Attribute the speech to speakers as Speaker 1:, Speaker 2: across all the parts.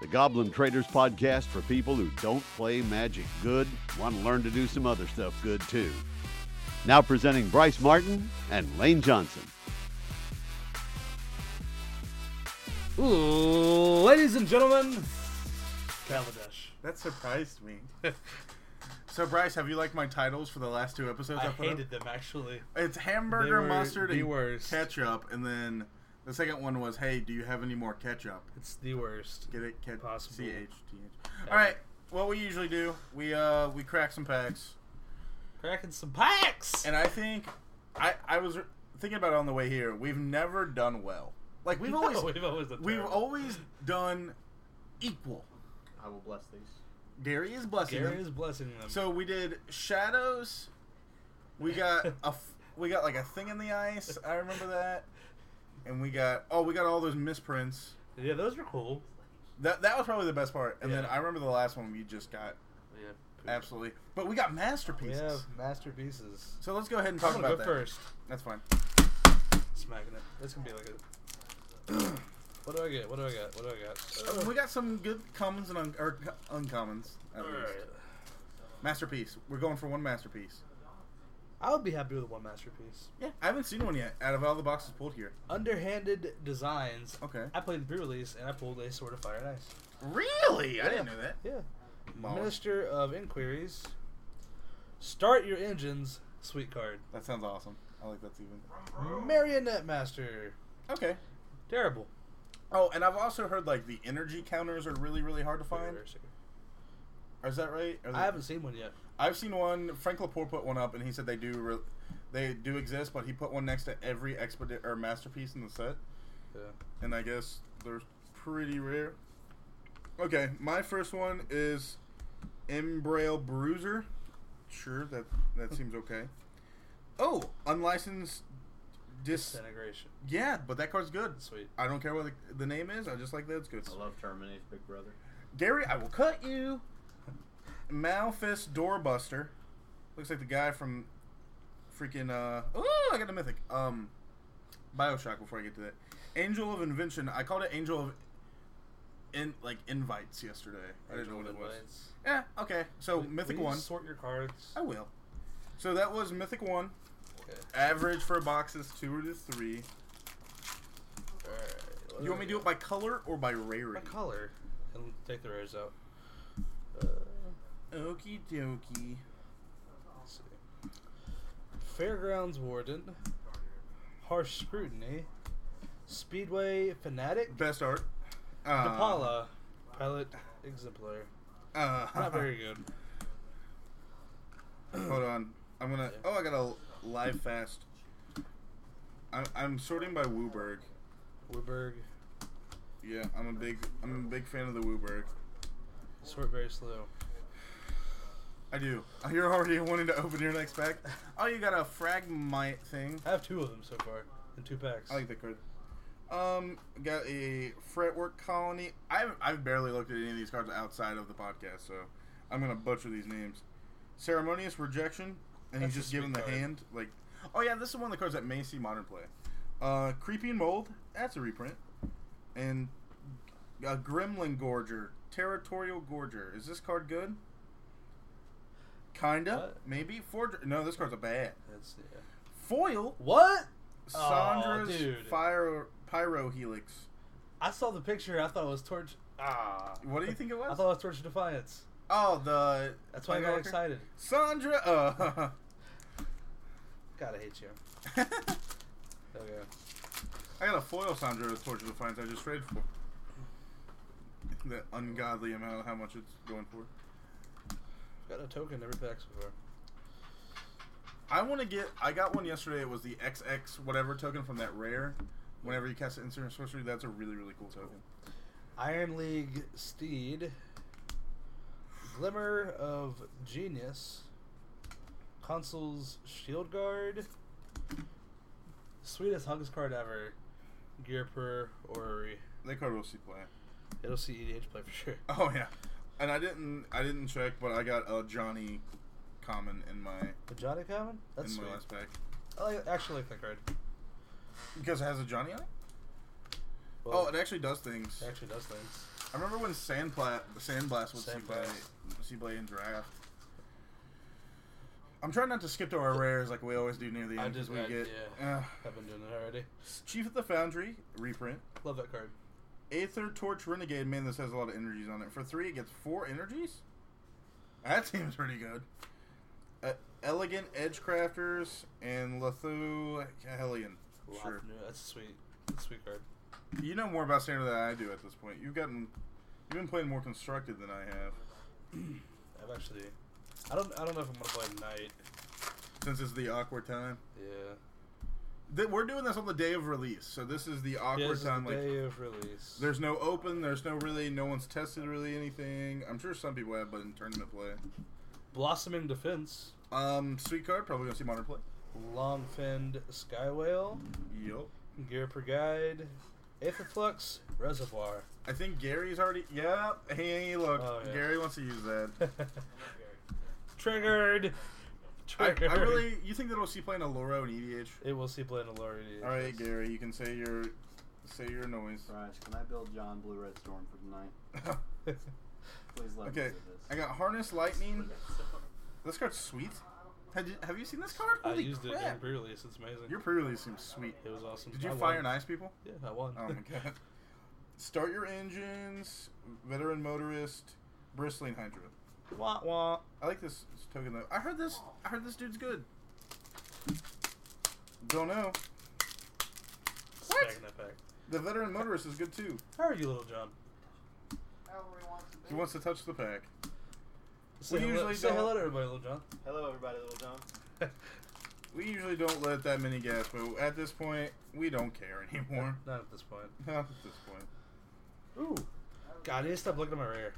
Speaker 1: the Goblin Traders podcast for people who don't play magic good, want to learn to do some other stuff good too. Now presenting Bryce Martin and Lane Johnson.
Speaker 2: Ladies and gentlemen, Kaladesh.
Speaker 3: That surprised me. so, Bryce, have you liked my titles for the last two episodes?
Speaker 2: I
Speaker 3: put up?
Speaker 2: hated them actually.
Speaker 3: It's hamburger,
Speaker 2: were
Speaker 3: mustard,
Speaker 2: the
Speaker 3: and
Speaker 2: worst.
Speaker 3: ketchup, and then the second one was, "Hey, do you have any more ketchup?"
Speaker 2: It's the worst.
Speaker 3: Get it? Ketchup.
Speaker 2: Possible.
Speaker 3: C H T H. All right. What we usually do, we uh we crack some packs,
Speaker 2: Cracking some packs.
Speaker 3: and I think I I was thinking about it on the way here. We've never done well. Like we've
Speaker 2: No,
Speaker 3: always
Speaker 2: we've always done
Speaker 3: we've
Speaker 2: terrible.
Speaker 3: always done equal.
Speaker 4: I will bless these.
Speaker 3: Gary is blessing.
Speaker 2: Gary
Speaker 3: them.
Speaker 2: is blessing them.
Speaker 3: So we did shadows. We got a f- we got like a thing in the ice. I remember that. And we got oh we got all those misprints.
Speaker 2: yeah, those were cool.
Speaker 3: That that was probably the best part. And then
Speaker 2: Yeah.
Speaker 3: I remember the last one we just got
Speaker 2: Yeah.
Speaker 3: absolutely. But we got masterpieces.
Speaker 2: Yeah, masterpieces.
Speaker 3: So let's go ahead and
Speaker 2: I'm
Speaker 3: talk
Speaker 2: gonna go
Speaker 3: about that.
Speaker 2: first.
Speaker 3: That's fine.
Speaker 2: Smacking it. That's gonna be like a. what do I get? What do I got? What do I got?
Speaker 3: We got some good commons and un- or co- uncommons at
Speaker 2: All
Speaker 3: least.
Speaker 2: right.
Speaker 3: Masterpiece. We're going for one masterpiece.
Speaker 2: I would be happy with one masterpiece.
Speaker 3: Yeah. I haven't seen one yet out of all the boxes pulled here.
Speaker 2: Underhanded designs.
Speaker 3: Okay.
Speaker 2: I played pre-release and I pulled a Sword of Fire and Ice.
Speaker 3: Really? I didn't
Speaker 2: Yeah.
Speaker 3: know that.
Speaker 2: Yeah.
Speaker 3: Molly.
Speaker 2: Minister of Inquiries. Start your engines, sweet card.
Speaker 3: That sounds awesome. I like that's even.
Speaker 2: Marionette Master.
Speaker 3: Okay.
Speaker 2: Terrible.
Speaker 3: Oh, and I've also heard like the energy counters are really, really hard to find. Is that right? Are they-
Speaker 2: I haven't seen one yet.
Speaker 3: I've seen one. Frank Lepore put one up, and he said they do, re- they do exist, but he put one next to every expedit or masterpiece in the set,
Speaker 2: Yeah.
Speaker 3: and I guess they're pretty rare. Okay, my first one is Embrail Bruiser. Sure, that that seems okay. Oh, unlicensed. Dis.
Speaker 2: Disintegration.
Speaker 3: Yeah, but that card's good.
Speaker 2: Sweet.
Speaker 3: I don't care what the, the name is. I just like that it's good.
Speaker 4: I love Terminator's Big Brother.
Speaker 3: Gary, I will cut you. Malphus Doorbuster. Looks like the guy from freaking uh Oh, I got a mythic. Um BioShock before I get to that. Angel of Invention. I called it Angel of in like invites yesterday. I didn't know what it was. Oh, Yeah, okay. So
Speaker 2: Will-
Speaker 3: mythic
Speaker 2: will you
Speaker 3: 1.
Speaker 2: Sort your cards.
Speaker 3: I will. So that was mythic 1.
Speaker 2: Okay.
Speaker 3: Average for boxes 2 or to 3.
Speaker 2: Alright.
Speaker 3: You want me to do it by color or by rarity?
Speaker 2: By color? And take the rares out. Uh,
Speaker 3: Okie dokie.
Speaker 2: let's see. Fairgrounds Warden. Harsh Scrutiny. Speedway Fanatic.
Speaker 3: Best art. Uh,
Speaker 2: Napala, pilot exemplar.
Speaker 3: Uh,
Speaker 2: Not very good.
Speaker 3: Hold on. I'm gonna. Oh, I got a live fast. I'm, I'm sorting by Wooberg.
Speaker 2: Weberg,
Speaker 3: Yeah, I'm a big I'm a big fan of the Wooberg.
Speaker 2: sort very slow.
Speaker 3: I do. You're already wanting to open your next pack. Oh, you got a fragmite thing.
Speaker 2: I have two of them so far in two packs.
Speaker 3: I like that card. Um, got a fretwork colony. I've I've barely looked at any of these cards outside of the podcast, so I'm gonna butcher these names. Ceremonious rejection, and
Speaker 2: That's a
Speaker 3: he's just giving
Speaker 2: sweet
Speaker 3: the
Speaker 2: card.
Speaker 3: hand. Like, oh yeah, this is one of the cards that may see modern play. Uh, creeping mold. That's a reprint. And a gremlin gorger, territorial gorger. Is this card good? Kinda,
Speaker 2: What?
Speaker 3: maybe. Forger. No, this card's a bad
Speaker 2: That's, yeah.
Speaker 3: foil.
Speaker 2: What?
Speaker 3: Oh, Sandra's
Speaker 2: Aw, dude.
Speaker 3: Pyro Pyro Helix.
Speaker 2: I saw the picture. I thought it was Torch. Ah.
Speaker 3: What do you think it was?
Speaker 2: I thought it was Torch of Defiance.
Speaker 3: oh, the
Speaker 2: That's why I got
Speaker 3: Skywalker?
Speaker 2: excited.
Speaker 3: Sandra. Uh,
Speaker 2: God, I hate you. Okay.
Speaker 3: I got a foil Sandra with Torture of Defiance. I just traded for that ungodly amount of how much it's going for.
Speaker 2: Got a token every pack so far.
Speaker 3: I want to get. I got one yesterday. It was the XX whatever token from that rare. Whenever you cast an instant or sorcery, that's a really really cool token.
Speaker 2: Iron League Steed. Glimmer of Genius. Consul's Shield Guard. Sweetest Hugs card ever. Gear per Orrery.
Speaker 3: That card will see play.
Speaker 2: It'll see EDH play for sure.
Speaker 3: Oh yeah, and I didn't I didn't check, but I got a Johnny common in my
Speaker 2: The Johnny Common? That's
Speaker 3: in
Speaker 2: sweet.
Speaker 3: my last pack.
Speaker 2: I like, actually like that card.
Speaker 3: Because it has a Johnny on it?
Speaker 2: Well,
Speaker 3: oh, it actually does things.
Speaker 2: it actually does things.
Speaker 3: I remember when Sandpla- Sandblast was
Speaker 2: Sandblast.
Speaker 3: Seablade in draft. I'm trying not to skip to our rares like we always do near the
Speaker 2: I
Speaker 3: end
Speaker 2: did
Speaker 3: because we
Speaker 2: that,
Speaker 3: get
Speaker 2: yeah.
Speaker 3: Ugh.
Speaker 2: I've been doing it already.
Speaker 3: Chief of the Foundry reprint,
Speaker 2: Love that card.
Speaker 3: Aether Torch Renegade. Man, this has a lot of energies on it. For three, it gets four energies. That seems pretty good. Uh, Elegant Edgecrafters and Lethu Hellion. Sure.
Speaker 2: Lothnu, That's a sweet. That's a sweet card.
Speaker 3: You know more about standard than I do at this point. You've gotten, you've been playing more constructed than I have
Speaker 2: I've actually. I don't. I don't know if I'm gonna play Knight.
Speaker 3: since it's the awkward time.
Speaker 2: Yeah.
Speaker 3: Th- we're doing this on the day of release, so this is the awkward
Speaker 2: yeah, this is
Speaker 3: time.
Speaker 2: the
Speaker 3: like,
Speaker 2: day of release.
Speaker 3: there's no open, there's no really, no one's tested really anything. I'm sure some people have, but in tournament play,
Speaker 2: blossoming defense,
Speaker 3: um, sweet card probably gonna see modern play.
Speaker 2: long-finned sky whale,
Speaker 3: Yup.
Speaker 2: gear per guide, aetherflux reservoir.
Speaker 3: I think Gary's already. Yep. Hey, look,
Speaker 2: Oh, yeah.
Speaker 3: Gary wants to use that.
Speaker 2: Triggered.
Speaker 3: I,
Speaker 2: Triggered.
Speaker 3: I really, you think that we'll see playing a Loro and EDH?
Speaker 2: It will see playing a Laurie.
Speaker 3: All right, Gary, you can say your, say your noise.
Speaker 4: Raj, can I build John Blue Red Storm for tonight? Please let
Speaker 3: Okay,
Speaker 4: me do this.
Speaker 3: I got Harness Lightning. This card's sweet. Had you, have you seen this card?
Speaker 2: I
Speaker 3: Holy
Speaker 2: used it
Speaker 3: crap.
Speaker 2: in pre-release. It's amazing.
Speaker 3: Your pre-release seems sweet.
Speaker 2: it was awesome.
Speaker 3: Did you
Speaker 2: I
Speaker 3: fire
Speaker 2: won.
Speaker 3: and ice people?
Speaker 2: Yeah, I won.
Speaker 3: Oh my god. Start your engines. Veteran motorist. Bristling Hydra.
Speaker 2: wah wah.
Speaker 3: I like this token though. I heard this. I heard this dude's good. Don't know. What?
Speaker 2: Stacking that pack.
Speaker 3: The veteran motorist is good too.
Speaker 2: How are you, little John?
Speaker 3: He wants to touch the pack.
Speaker 2: Say, hello,
Speaker 3: usually
Speaker 2: say hello
Speaker 3: don't-
Speaker 2: to everybody, little John.
Speaker 4: Hello, everybody, little John.
Speaker 3: We usually don't let that many gas, but at this point, we don't care anymore.
Speaker 2: Not at this point.
Speaker 3: Not at this point.
Speaker 2: Ooh. God, I need to stop looking at my rear.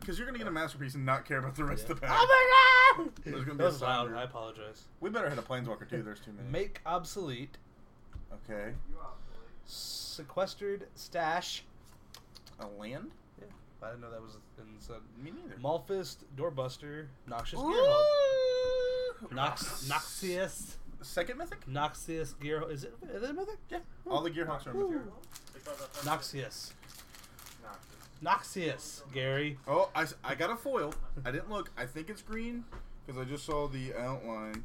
Speaker 3: Because you're gonna get a masterpiece and not care about the rest of the pack.
Speaker 2: Oh my god!
Speaker 3: There's gonna be
Speaker 2: that
Speaker 3: a
Speaker 2: was loud.
Speaker 3: sound.
Speaker 2: I apologize.
Speaker 3: We better hit a planeswalker too. There's too many.
Speaker 2: Make obsolete
Speaker 3: Okay,
Speaker 2: sequestered stash.
Speaker 3: a land?
Speaker 2: Yeah, I didn't know that was in said.
Speaker 3: Me neither.
Speaker 2: Malfist, doorbuster, noxious gearhog.
Speaker 3: Ooh!
Speaker 2: Nox, noxious,
Speaker 3: Second mythic.
Speaker 2: noxious gearhog. Is it? Is it a mythic? Yeah.
Speaker 3: All the gearhawks are mythic.
Speaker 2: Ooh. Noxious. Noxious, Gary.
Speaker 3: Oh, I, s- I got a foil. I didn't look. I think it's green because I just saw the outline,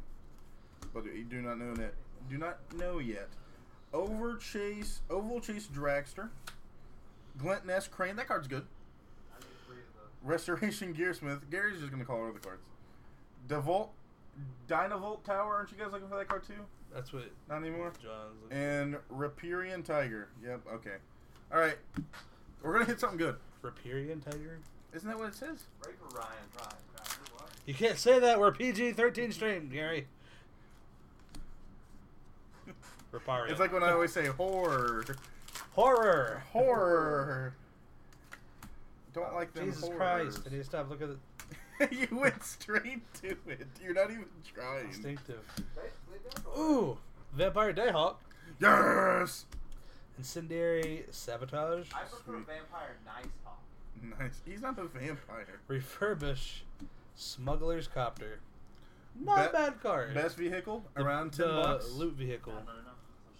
Speaker 3: but you do not know that. Do not know yet. Over chase, oval chase dragster, glint nest crane. That card's good. Restoration Gearsmith. Gary's just gonna call her the cards. Devolt, Dynavolt Tower. Aren't you guys looking for that card too?
Speaker 2: That's what
Speaker 3: Not anymore.
Speaker 2: John's. Looking.
Speaker 3: And Riparian Tiger. Yep. Okay. All right. We're gonna hit something good.
Speaker 2: Riparian tiger.
Speaker 3: Isn't that what it says?
Speaker 2: You can't say that. We're PG thirteen stream, Gary. Riparian.
Speaker 3: It's like when I always say horror.
Speaker 2: horror.
Speaker 3: Horror. Don't like them
Speaker 2: Jesus
Speaker 3: horrors.
Speaker 2: Christ! I need to stop looking at
Speaker 3: you went straight to it. You're not even
Speaker 2: the
Speaker 3: trying.
Speaker 2: distinctive. Ooh, Vampire Dayhawk,
Speaker 3: Yes!
Speaker 2: Incendiary Sabotage,
Speaker 5: I prefer Vampire Nice Hawk.
Speaker 3: Nice. He's not a vampire.
Speaker 2: Refurbish, Smuggler's Copter. Not a
Speaker 3: Be-
Speaker 2: bad card.
Speaker 3: Best vehicle? Around 10
Speaker 2: the
Speaker 3: bucks?
Speaker 2: loot vehicle.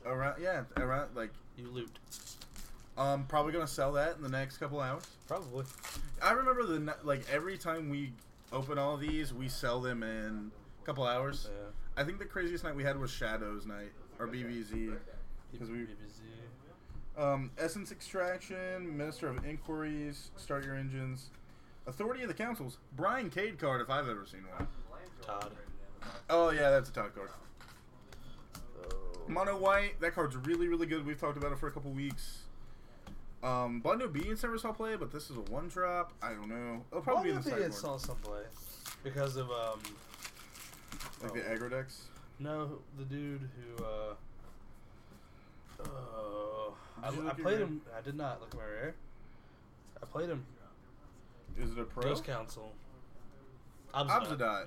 Speaker 3: Around, yeah, around, like,
Speaker 2: You loot,
Speaker 3: um, probably gonna sell that in the next couple hours.
Speaker 2: probably.
Speaker 3: I remember the, n- like, every time we open all these, we sell them in a couple hours.
Speaker 2: Yeah.
Speaker 3: I think the craziest night we had was Shadows Night, or BVZ. Because we-
Speaker 2: BBC.
Speaker 3: Um, Essence Extraction, Minister of Inquiries, Start Your Engines, Authority of the Councils, Brian Cade card if I've ever seen one.
Speaker 2: Todd.
Speaker 3: Oh yeah, that's a top card.
Speaker 2: Oh.
Speaker 3: Mono White, that card's really really good. We've talked about it for a couple weeks. Um, Bond Obedience never saw play, but this is a one drop. I don't know. It'll probably
Speaker 2: Why would
Speaker 3: be in
Speaker 2: they
Speaker 3: the sideboard,
Speaker 2: install someplace? Because of um,
Speaker 3: like the aggro decks.
Speaker 2: no, the dude who uh. Oh, I,
Speaker 3: Did you
Speaker 2: I
Speaker 3: look at
Speaker 2: played
Speaker 3: your-
Speaker 2: him. I did not look at my rare. I played him.
Speaker 3: Is it a pro?
Speaker 2: Ghost Council.
Speaker 3: Obsidian.
Speaker 2: Yeah.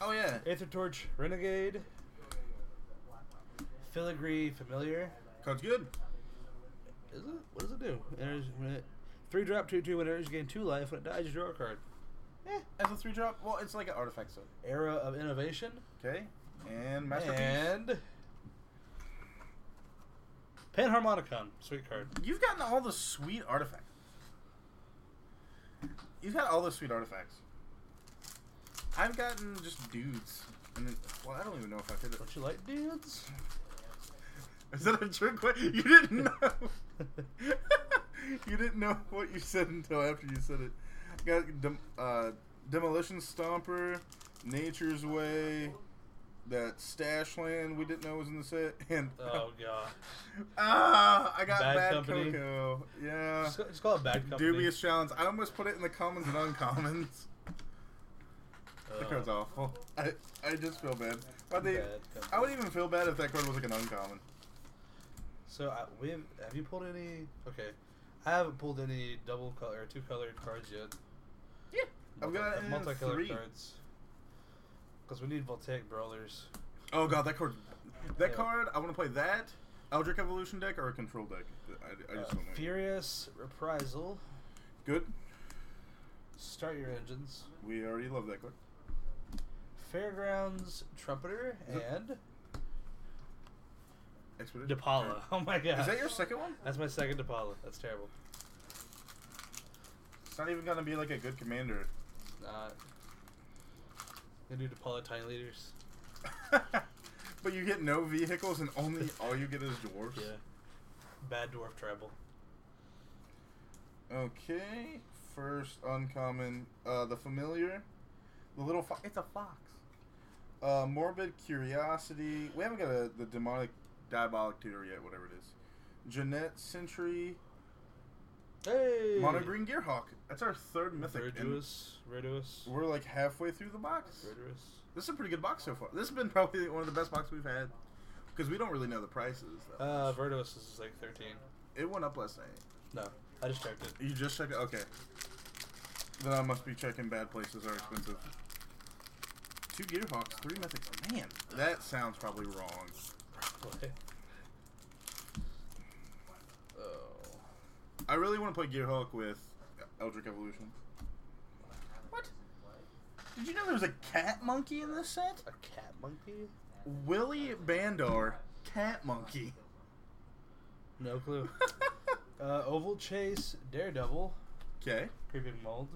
Speaker 3: Oh yeah.
Speaker 2: Aether Torch, Renegade, Filigree, Familiar.
Speaker 3: Card's good.
Speaker 2: Is it? What does it do? Enters, when it, three drop, two two. When it enters, you gain two life. When it dies, you draw a card.
Speaker 3: Yeah, as a three drop. Well, it's like an artifact set.
Speaker 2: Era of Innovation
Speaker 3: Okay. And masterpiece.
Speaker 2: and Panharmonicon, sweet card.
Speaker 3: You've gotten all the sweet artifacts. You've got all the sweet artifacts. I've gotten just dudes. And then, well, I don't even know if I did it.
Speaker 2: Don't you like dudes?
Speaker 3: Is that a trick? que- You didn't know. you didn't know what you said until after you said it. Got dem- uh, demolition stomper, nature's way, that stash land we didn't know was in the set, and
Speaker 2: Oh god.
Speaker 3: ah, I got
Speaker 2: Bad
Speaker 3: bad,
Speaker 2: Company.
Speaker 3: cocoa. Yeah,
Speaker 2: Just, just call it bad company.
Speaker 3: dubious challenge. I almost put it in the commons and uncommons.
Speaker 2: Uh,
Speaker 3: That card's awful. I I just feel bad. Why they?
Speaker 2: Bad Company.
Speaker 3: I would even feel bad if that card was like an uncommon.
Speaker 2: So I, we have, have you pulled any? Okay, I haven't pulled any double color or two colored cards yet.
Speaker 3: Yeah. I've got
Speaker 2: Multi-
Speaker 3: uh,
Speaker 2: multicolored
Speaker 3: three.
Speaker 2: cards. Because we need voltaic brawlers.
Speaker 3: Oh god, that card. That
Speaker 2: Yeah.
Speaker 3: card. I want to play that Eldritch Evolution deck or a control deck. I, I just
Speaker 2: Uh,
Speaker 3: don't know.
Speaker 2: Furious reprisal.
Speaker 3: Good.
Speaker 2: Start your engines.
Speaker 3: We already love that card.
Speaker 2: Fairgrounds trumpeter
Speaker 3: Is it-
Speaker 2: and
Speaker 3: Expedition.
Speaker 2: Depala. Oh my god.
Speaker 3: Is that your second one?
Speaker 2: That's my second Depala. That's terrible.
Speaker 3: It's not even gonna be like a good commander.
Speaker 2: Not. They do Depala tiny leaders.
Speaker 3: but you get no vehicles and only all you get is dwarves.
Speaker 2: Yeah. Bad dwarf tribal.
Speaker 3: Okay. First uncommon, uh, the familiar, the little fox. It's a fox. Uh, morbid curiosity. We haven't got a, the demonic diabolic tutor yet. Whatever it is. Jeanette Sentry,
Speaker 2: Hey.
Speaker 3: mono green gearhawk. That's our third mythic. and
Speaker 2: Reduous. Reduous.
Speaker 3: We're like halfway through the box.
Speaker 2: Reduous.
Speaker 3: This is a pretty good box so far. This has been probably one of the best boxes we've had because we don't really know the prices. Though.
Speaker 2: Uh, Verdos is like 13.
Speaker 3: it went up last night.
Speaker 2: No, I just checked it.
Speaker 3: You just checked it. Okay. Then I must be checking bad places are expensive. Two Gearhawks, three Mythics. Man, that sounds probably wrong.
Speaker 2: Probably. Oh.
Speaker 3: I really want to play Gearhawk with Eldritch Evolution. What? Did you know there was a cat monkey in this set?
Speaker 2: A cat monkey?
Speaker 3: Willie Uh, Bandar, cat monkey.
Speaker 2: No clue. uh, Oval Chase, Daredevil,
Speaker 3: Okay.
Speaker 2: Creeping Mold,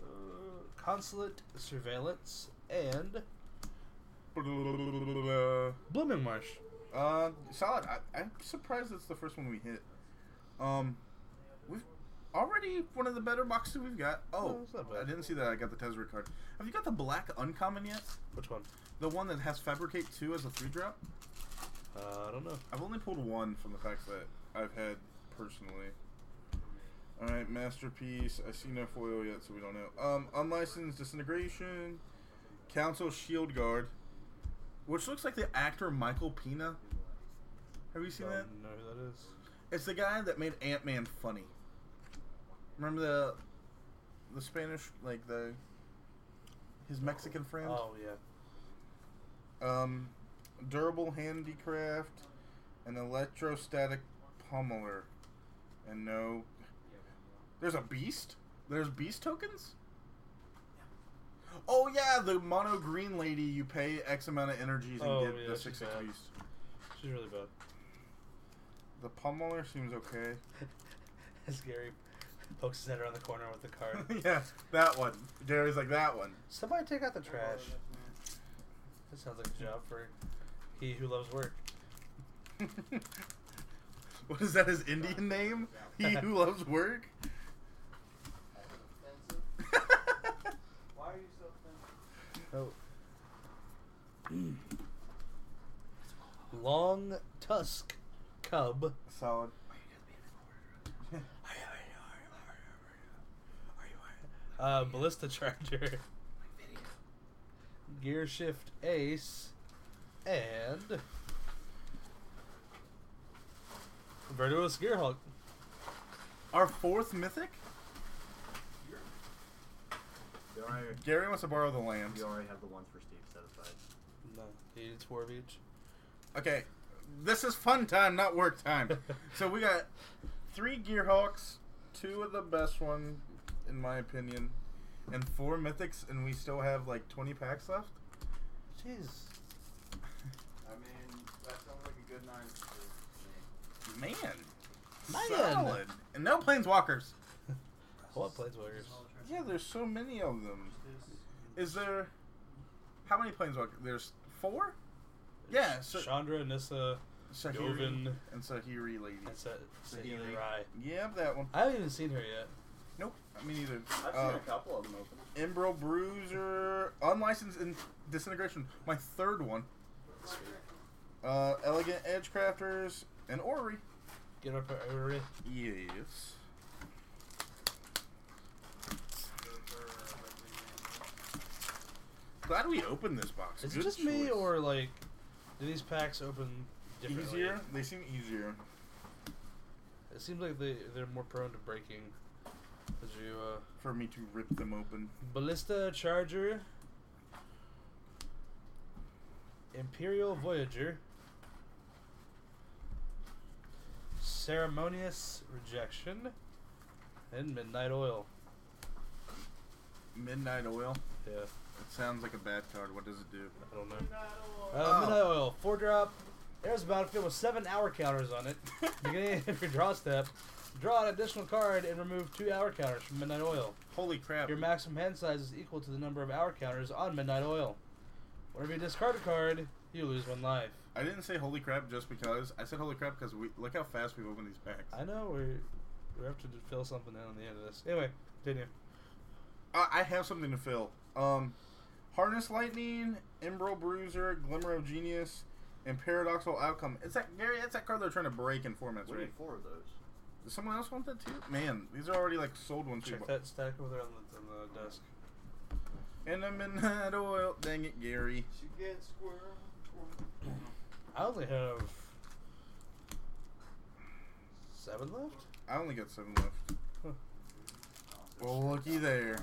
Speaker 2: uh, Consulate, Surveillance, and Blooming Marsh.
Speaker 3: Uh, solid. I, I'm surprised it's the first one we hit. Um, we've already one of the better boxes we've got.
Speaker 2: No,
Speaker 3: Oh,
Speaker 2: it's not bad.
Speaker 3: I didn't see that. I got the Tezzeret card. Have you got the black uncommon yet?
Speaker 2: Which one?
Speaker 3: The one that has Fabricate two as a three drop.
Speaker 2: Uh, I don't know.
Speaker 3: I've only pulled one from the packs that I've had personally. All right, masterpiece. I see no foil yet, so we don't know. Um, unlicensed disintegration, council shield guard, which looks like the actor Michael Pena. Have you seen
Speaker 2: don't
Speaker 3: that?
Speaker 2: know who that is.
Speaker 3: It's the guy that made Ant Man funny. Remember the the Spanish like the his Mexican friend?
Speaker 2: Oh, yeah.
Speaker 3: Um durable handicraft, an electrostatic pummeler. And no There's a beast? There's beast tokens? Oh yeah, the mono green lady you pay X amount of energies and
Speaker 2: Oh,
Speaker 3: get
Speaker 2: yeah,
Speaker 3: the
Speaker 2: she's
Speaker 3: six
Speaker 2: bad.
Speaker 3: beast.
Speaker 2: She's really bad.
Speaker 3: The pummeler seems okay.
Speaker 2: As Gary pokes his head around the corner with the card.
Speaker 3: yeah, that one. Jerry's like that one.
Speaker 2: Somebody take out the trash. That sounds like a job for he who loves work.
Speaker 3: what is that? His Indian name? He who loves work.
Speaker 5: Why are you so offensive?
Speaker 2: Oh. Long tusk cub.
Speaker 3: Solid.
Speaker 2: Uh, ballista charger. Gear shift ace, and Virtuous Gearhulk.
Speaker 3: Our fourth mythic.
Speaker 4: You already,
Speaker 3: Gary wants to borrow the lambs.
Speaker 4: you already have the ones for Steve set aside.
Speaker 2: No, he needs four of each.
Speaker 3: Okay, this is fun time, not work time. so we got three Gearhawks, two of the best one, in my opinion, and four mythics, and we still have like twenty packs left.
Speaker 2: Jeez,
Speaker 5: I mean, that sounds like a good nine.
Speaker 3: Man. Solid. And no planeswalkers.
Speaker 2: What planeswalkers?
Speaker 3: Yeah, there's so many of them. Is there. How many planeswalkers? There's four? Yeah, so.
Speaker 2: Chandra, Nissa,
Speaker 3: Sahiri
Speaker 2: Dovin.
Speaker 3: and Sahiri Lady.
Speaker 2: and Sa-
Speaker 3: Sahiri.
Speaker 2: Sahili Rai.
Speaker 3: Yep, that one.
Speaker 2: I haven't even seen her yet.
Speaker 3: Nope, I mean either.
Speaker 4: I've seen
Speaker 3: Uh,
Speaker 4: a couple of them open.
Speaker 3: Emerald Bruiser, Unlicensed in Disintegration, my third one. Uh, Elegant Edgecrafters, and Ori.
Speaker 2: Get up her.
Speaker 3: Yes. Glad we opened this box.
Speaker 2: Is
Speaker 3: Good
Speaker 2: it just me
Speaker 3: choice.
Speaker 2: or like do these packs open differently?
Speaker 3: easier? They seem easier.
Speaker 2: It seems like they they're more prone to breaking. As you uh,
Speaker 3: for me to rip them open.
Speaker 2: ballista charger, imperial voyager, ceremonious rejection, and midnight oil.
Speaker 3: Midnight Oil.
Speaker 2: Yeah,
Speaker 3: It sounds like a bad card. What does it do?
Speaker 2: I don't know. Uh,
Speaker 3: Oh.
Speaker 2: Midnight oil four drop. There's a battlefield with seven hour counters on it. Beginning of your draw step, draw an additional card and remove two hour counters from Midnight Oil.
Speaker 3: Holy crap.
Speaker 2: Your maximum hand size is equal to the number of hour counters on Midnight Oil. Whenever you discard a card, you lose one life.
Speaker 3: I didn't say holy crap just because. I said holy crap because we look how fast we've opened these packs.
Speaker 2: I know we're we have to fill something in on the end of this. Anyway, continue.
Speaker 3: Uh, I, I have something to fill. Um, Harness Lightning, Emerald Bruiser, Glimmer of Genius, and Paradoxal Outcome. It's that Gary. That's that card they're trying to break in formats,
Speaker 4: We
Speaker 3: right?
Speaker 4: need four of those.
Speaker 3: Does someone else want that too? Man, these are already like sold ones. too.
Speaker 2: Check that stack over there on the, on the desk.
Speaker 3: And I'm in that oil. Dang it, Gary.
Speaker 5: She gets squirrel.
Speaker 2: I only have seven left.
Speaker 3: I only got seven left.
Speaker 2: Huh.
Speaker 3: Well, looky there.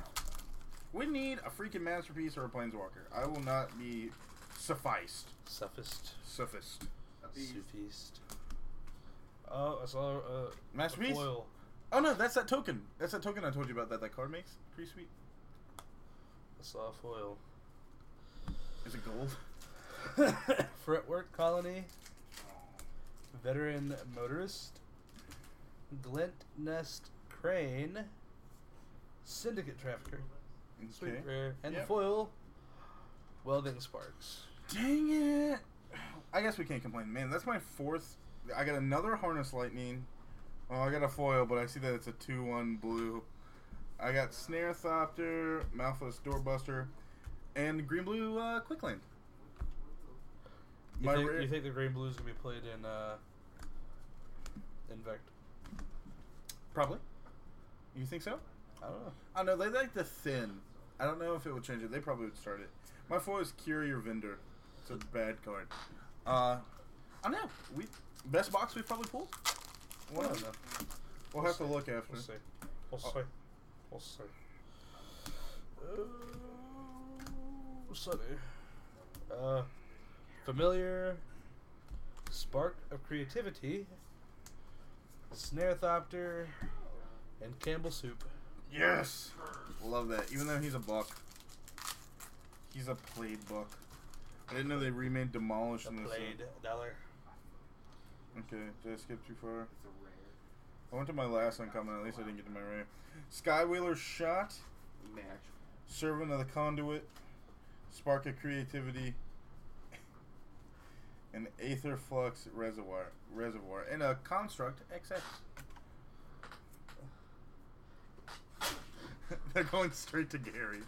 Speaker 3: We need a freaking masterpiece or a planeswalker. I will not be sufficed.
Speaker 2: Suffist,
Speaker 3: Suffist.
Speaker 2: Sufist. Oh, I saw uh, a
Speaker 3: Masterpiece?
Speaker 2: foil.
Speaker 3: Oh no, that's that token. That's that token I told you about that that card makes. Pretty sweet.
Speaker 2: I saw a foil.
Speaker 3: Is it gold?
Speaker 2: Fretwork Colony, Veteran Motorist, Glint Nest Crane, Syndicate Trafficker, Sweet
Speaker 3: Okay.
Speaker 2: Rare, and
Speaker 3: Yep.
Speaker 2: the foil, Welding Sparks.
Speaker 3: Dang it! I guess we can't complain. Man, that's my fourth. I got another Harness Lightning. Oh, I got a foil, but I see that it's a 2 1 blue. I got Snare Thopter, Malphus Doorbuster, and Green Blue uh, Quickland.
Speaker 2: You
Speaker 3: My
Speaker 2: think,
Speaker 3: rare-
Speaker 2: you think the Green Blues gonna be played in uh, Invect?
Speaker 3: Probably. You think so?
Speaker 2: I don't know.
Speaker 3: I don't know. They like the thin. I don't know if it would change it. They probably would start it. My foil is Cure Your Vendor. It's a bad card. Uh, I don't know. We best box we've probably pulled.
Speaker 2: I
Speaker 3: One of
Speaker 2: don't
Speaker 3: them.
Speaker 2: know.
Speaker 3: We'll have to look after.
Speaker 2: We'll see. We'll
Speaker 3: Oh.
Speaker 2: see. We'll see. Uh, Sunny. Uh, familiar. Spark of creativity. Snare Thopter. And Campbell Soup.
Speaker 3: Yes, love that. Even though he's a buck, he's a played buck. I didn't know they remade Demolished
Speaker 2: The
Speaker 3: in this. uh,
Speaker 2: played dollar.
Speaker 3: Okay, did I skip too far?
Speaker 4: It's a rare.
Speaker 3: I went to my last uncommon. At least I didn't get to my rare. Skywheeler shot.
Speaker 4: Match.
Speaker 3: Servant of the Conduit, Spark of Creativity, and Aether Flux Reservoir, Reservoir, and a Construct XX. They're going straight to Gary.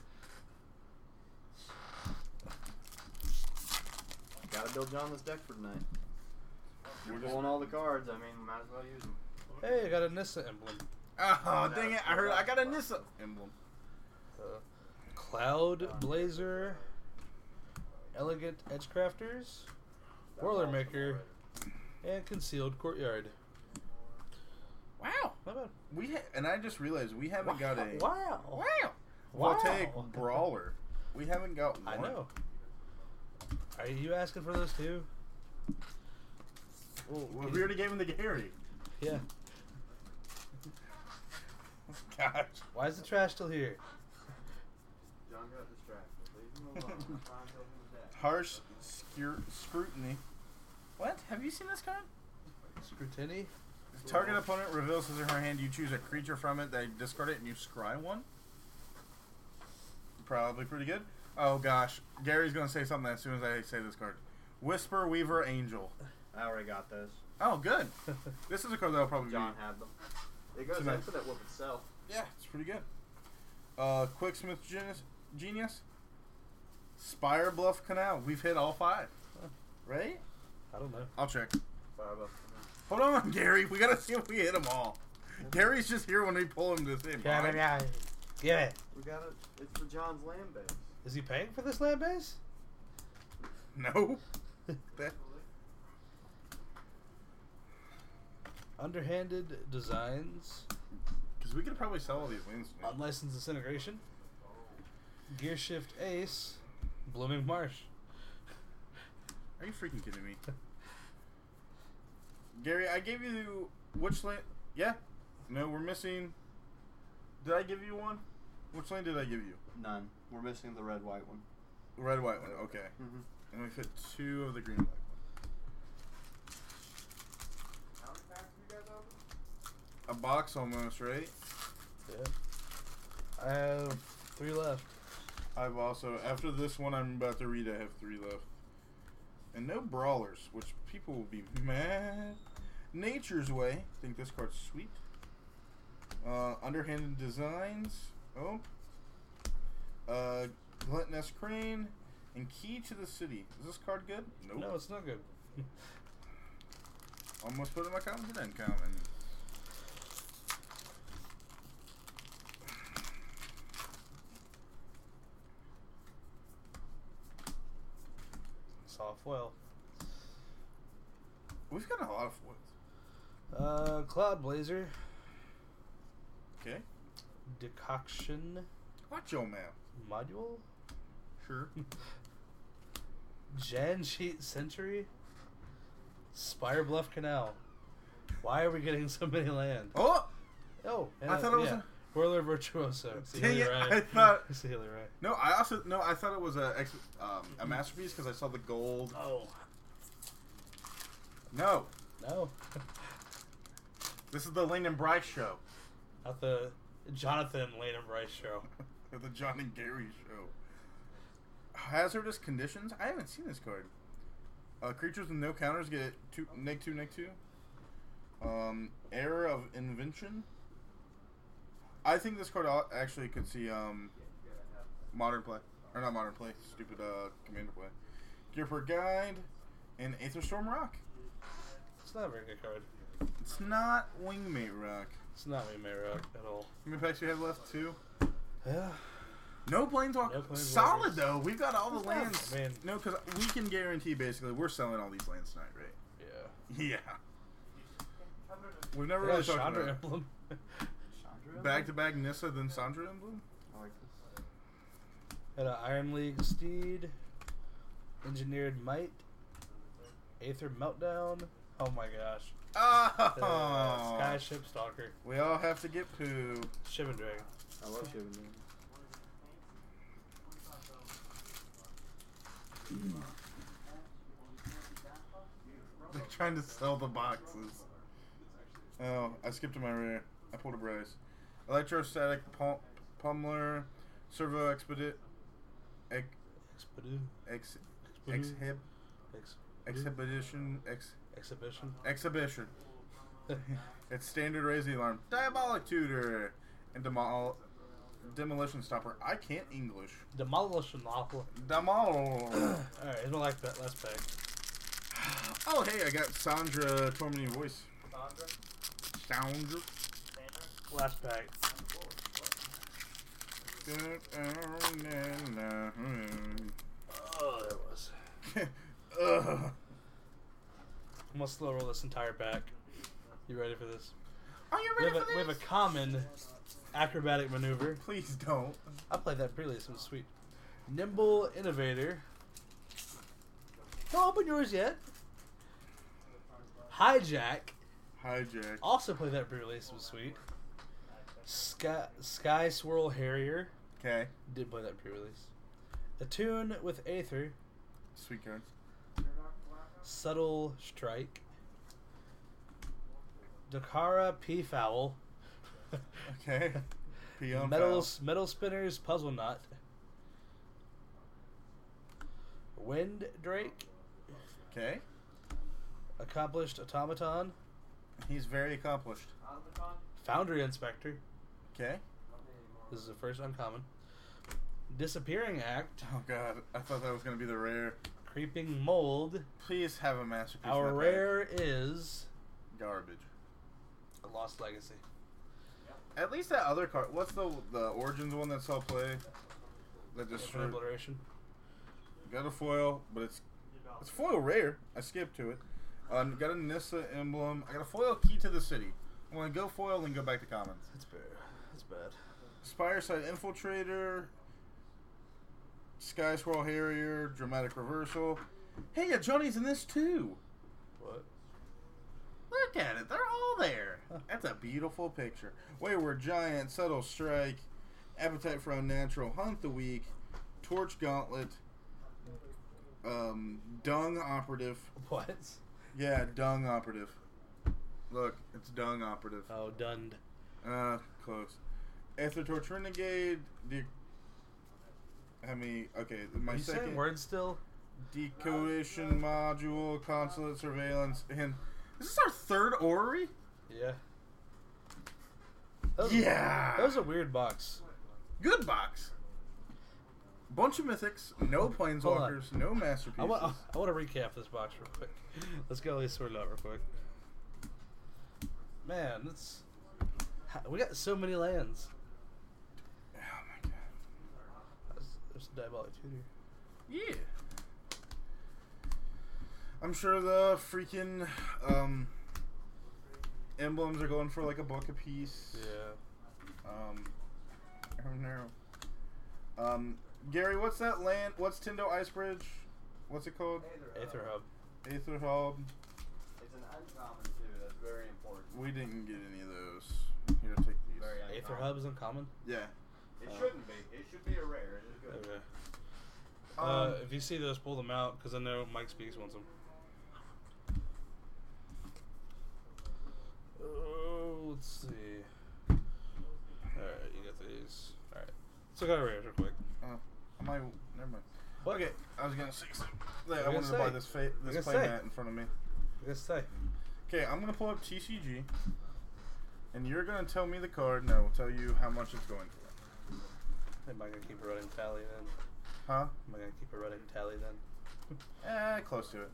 Speaker 4: Gotta build John this deck for tonight.
Speaker 3: We're
Speaker 4: You're
Speaker 3: just-
Speaker 4: pulling all the cards. I mean, might as well use them.
Speaker 2: Hey, I got a Nissa emblem.
Speaker 3: Oh, dang it! I heard I got a Nissa emblem.
Speaker 2: Uh, Cloud Blazer. Elegant Edgecrafters. Whirler Maker. And Concealed Courtyard.
Speaker 3: Wow,
Speaker 2: Not bad.
Speaker 3: we ha- and I just realized we haven't got a
Speaker 2: Wow.
Speaker 3: wow voltaic brawler. We haven't got one.
Speaker 2: I know. Are you asking for those too? Well,
Speaker 3: Well, we already gave him the Gary.
Speaker 2: yeah.
Speaker 3: Gosh.
Speaker 2: Why is the trash still here?
Speaker 4: John got distracted. Leave him alone. I'm trying to help him with that.
Speaker 3: Harsh scru- scrutiny. What? Have you seen this card?
Speaker 2: Scrutiny.
Speaker 3: Target opponent reveals his or her hand. You choose a creature from it. They discard it, and you scry one. Probably pretty good. Oh gosh, Gary's gonna say something as soon as I say this card. Whisper Weaver Angel.
Speaker 4: I already got those.
Speaker 3: Oh, good. This is a card that'll probably
Speaker 4: John
Speaker 3: be.
Speaker 4: had them. It goes
Speaker 3: Tonight.
Speaker 4: into that whoop itself.
Speaker 3: Yeah, it's pretty good. Uh, Quicksmith Genius, Genius, Spire Bluff Canal. We've hit all five, right?
Speaker 2: I don't know.
Speaker 3: I'll check.
Speaker 4: Fire above.
Speaker 3: Hold on, Gary. We gotta see if we hit them all. Gary's just here when we pull him to say. mine.
Speaker 2: Give it.
Speaker 4: We got it. It's for John's land base.
Speaker 2: Is he paying for this land base?
Speaker 3: No. That-
Speaker 2: Underhanded designs.
Speaker 3: Because we could probably sell all these wins.
Speaker 2: Unlicensed disintegration. Gear shift ace. Blooming marsh.
Speaker 3: Are you freaking kidding me? Gary, I gave you which land? Yeah. No, we're missing. Did I give you one? Which land did I give you?
Speaker 4: None. We're missing the red white one.
Speaker 3: Red, white one. Okay.
Speaker 4: Mm-hmm.
Speaker 3: And we fit two of the green, black
Speaker 5: How many packs have you guys opened?
Speaker 3: one. A box almost, right?
Speaker 2: Yeah. I
Speaker 3: Uh,
Speaker 2: have three left.
Speaker 3: I've also after this one I'm about to read, I have three left, and no brawlers, which people will be mad. Nature's Way, think this card's sweet. Uh, underhanded designs. Oh. Uh, Glentoness Crane and Key to the City. Is this card good? Nope.
Speaker 2: No, it's not good.
Speaker 3: Almost put it in my comment. Didn't comment.
Speaker 2: Soft well.
Speaker 3: We've got a lot of foils.
Speaker 2: Uh, Cloud Blazer.
Speaker 3: Okay.
Speaker 2: Decoction
Speaker 3: Watch your map.
Speaker 2: module.
Speaker 3: Sure.
Speaker 2: Jan Sheet Century. Spire Bluff Canal. Why are we getting so many land?
Speaker 3: Oh.
Speaker 2: Oh, and,
Speaker 3: I
Speaker 2: uh,
Speaker 3: thought it was
Speaker 2: yeah.
Speaker 3: a-
Speaker 2: Whirler Virtuoso. See
Speaker 3: Yeah,
Speaker 2: Haley
Speaker 3: yeah,
Speaker 2: Wright.
Speaker 3: I thought-
Speaker 2: See Haley Wright.
Speaker 3: No, I also no. I thought it was a ex, um, a masterpiece because I saw the gold.
Speaker 2: Oh
Speaker 3: No,
Speaker 2: no,
Speaker 3: this is the Lane and Bryce show,
Speaker 2: not the Jonathan Lane and Bryce show.
Speaker 3: the John and Gary show. Hazardous conditions. I haven't seen this card. Uh, creatures with no counters get two neg two neg two. Um, error of invention. I think this card al- actually could see um, modern play or not modern play. Stupid uh, commander play. Gear for guide and Aether Storm Rock.
Speaker 2: It's not a very good card.
Speaker 3: It's not Wingmate Rock.
Speaker 2: It's not me, Rock at all.
Speaker 3: How many packs you have left? Two.
Speaker 2: Yeah.
Speaker 3: No planeswalker.
Speaker 2: No planeswalkers.
Speaker 3: Solid though. We've got all the
Speaker 2: That's
Speaker 3: lands.
Speaker 2: nice, man.
Speaker 3: No, because we can guarantee basically we're selling all these lands tonight, right?
Speaker 2: Yeah.
Speaker 3: Yeah.
Speaker 5: Hundred and-
Speaker 3: We've never
Speaker 2: Yeah,
Speaker 3: really talked
Speaker 2: Chandra
Speaker 3: about
Speaker 2: Emblem.
Speaker 4: Chandra.
Speaker 3: back to back Nissa then Sandra Emblem.
Speaker 4: I like this.
Speaker 2: Had an Iron League Steed. Engineered Might. Aether Meltdown. Oh my gosh.
Speaker 3: Oh.
Speaker 2: Uh, Sky Ship Stalker.
Speaker 3: we all have to get poo.
Speaker 2: Ship and Dragon.
Speaker 4: I love Shivan Doo.
Speaker 3: They're trying to sell the boxes. Oh, I skipped to my rear. I pulled a brace. Electrostatic pum- pummeler, servo expedit, ex-
Speaker 2: Expedoo.
Speaker 3: ex-
Speaker 2: Expedoo.
Speaker 3: exhib-
Speaker 2: Ex-
Speaker 3: exhibition, ex-
Speaker 2: Exhibition.
Speaker 3: exhibition. It's standard raise the alarm. Diabolic tutor and demol demolition stopper. I can't English.
Speaker 2: Demolition Awful.
Speaker 3: Demol.
Speaker 2: Alright, I don't like that last pack.
Speaker 3: oh hey, I got Sandra tormenting voice.
Speaker 5: Sandra?
Speaker 3: Sandra.
Speaker 5: Sandra?
Speaker 2: Last pack. Oh, there was.
Speaker 3: Ugh.
Speaker 2: I'm gonna slow roll this entire pack. You ready for this?
Speaker 3: Are you
Speaker 2: We
Speaker 3: ready
Speaker 2: have, a,
Speaker 3: for this?
Speaker 2: we have a common acrobatic maneuver.
Speaker 3: Please don't.
Speaker 2: I played that previously. It was sweet. Nimble Innovator. Don't open yours yet. Hijack.
Speaker 3: Hijack.
Speaker 2: Also played that pre-release. It was sweet. Sky, Sky Swirl Harrier.
Speaker 3: Okay.
Speaker 2: Did play that pre-release. Attune with Aether.
Speaker 3: Sweet cards.
Speaker 2: Subtle Strike. Dakara Peafowl.
Speaker 3: Okay. Peon
Speaker 2: metal,
Speaker 3: foul.
Speaker 2: metal Spinners Puzzle Knot. Wind Drake.
Speaker 3: Okay.
Speaker 2: Accomplished Automaton.
Speaker 3: He's very accomplished.
Speaker 4: Out of the con?
Speaker 2: Foundry Inspector.
Speaker 3: Okay.
Speaker 4: Not me anymore.
Speaker 2: This is the first uncommon. Disappearing Act.
Speaker 3: Oh god, I thought that was gonna be the rare.
Speaker 2: Creeping Mold.
Speaker 3: Please have a masterpiece.
Speaker 2: Our
Speaker 3: in that
Speaker 2: rare is
Speaker 3: pack. garbage.
Speaker 2: a Lost Legacy.
Speaker 3: At least that other card. What's the the origins one that saw play? That just
Speaker 2: Infinite
Speaker 3: threw-
Speaker 2: Obliteration.
Speaker 3: got a foil, but it's it's foil rare. I skipped to it. Uh, got a Nissa emblem. I got a foil key to the city. I'm gonna go foil and go back to commons.
Speaker 2: That's bad. That's bad.
Speaker 3: Spire Side Infiltrator, Sky Swirl Harrier, Dramatic Reversal. Hey, yeah, Johnny's in this too.
Speaker 2: What?
Speaker 3: Look at it. They're all there. That's a beautiful picture. Wayward Giant, Subtle Strike, Appetite for Unnatural, Hunt the Weak, Torch Gauntlet, um, Dung Operative.
Speaker 2: What?
Speaker 3: Yeah, Dung Operative. Look, it's Dung Operative.
Speaker 2: Oh, Dund.
Speaker 3: Uh, close. Ether Torch Renegade, De- I mean, okay, my
Speaker 2: Are you
Speaker 3: second
Speaker 2: saying words still?
Speaker 3: decodation module, consulate surveillance, and this is our third orrery.
Speaker 2: Yeah. That was,
Speaker 3: Yeah.
Speaker 2: That was a weird box.
Speaker 3: Good box. Bunch of mythics, no
Speaker 2: Hold on.
Speaker 3: planeswalkers, no masterpieces. Oh
Speaker 2: I want, I want to recap this box real quick. Let's go at least sort it out real quick. Man, that's ha- we got so many lands.
Speaker 3: oh my god.
Speaker 2: That's, there's a diabolic tutor.
Speaker 3: Yeah. I'm sure the freaking um, emblems are going for like a buck a piece. Um, I don't know. Um, Gary, what's that land? What's Tindo Ice Bridge? What's it called?
Speaker 2: Aether Hub.
Speaker 3: Aether Hub.
Speaker 4: It's an uncommon too. That's very important.
Speaker 3: We didn't get any of those. Here, take these.
Speaker 4: Very uncommon.
Speaker 2: Aether Hub is uncommon.
Speaker 3: Yeah.
Speaker 4: It shouldn't be. It should be a rare. It is good.
Speaker 2: Okay.
Speaker 3: Um,
Speaker 2: Uh, if you see those, pull them out because I know Mike Speaks wants them. Oh, let's see. All right, you got these. All right, let's look at our rares real quick.
Speaker 3: uh, am I? Never mind.
Speaker 2: What?
Speaker 3: Okay, I was gonna say. something. Yeah, I
Speaker 2: gonna
Speaker 3: wanted to buy
Speaker 2: say?
Speaker 3: this fa-
Speaker 2: What
Speaker 3: this
Speaker 2: you gonna say?
Speaker 3: playmat in front of me.
Speaker 2: Let's say.
Speaker 3: Okay, I'm gonna pull up TCG, and you're gonna tell me the card, and I will tell you how much it's going for.
Speaker 2: Am I gonna keep a running tally then?
Speaker 3: Huh?
Speaker 2: Am I gonna keep a running tally then?
Speaker 3: Eh, close to it.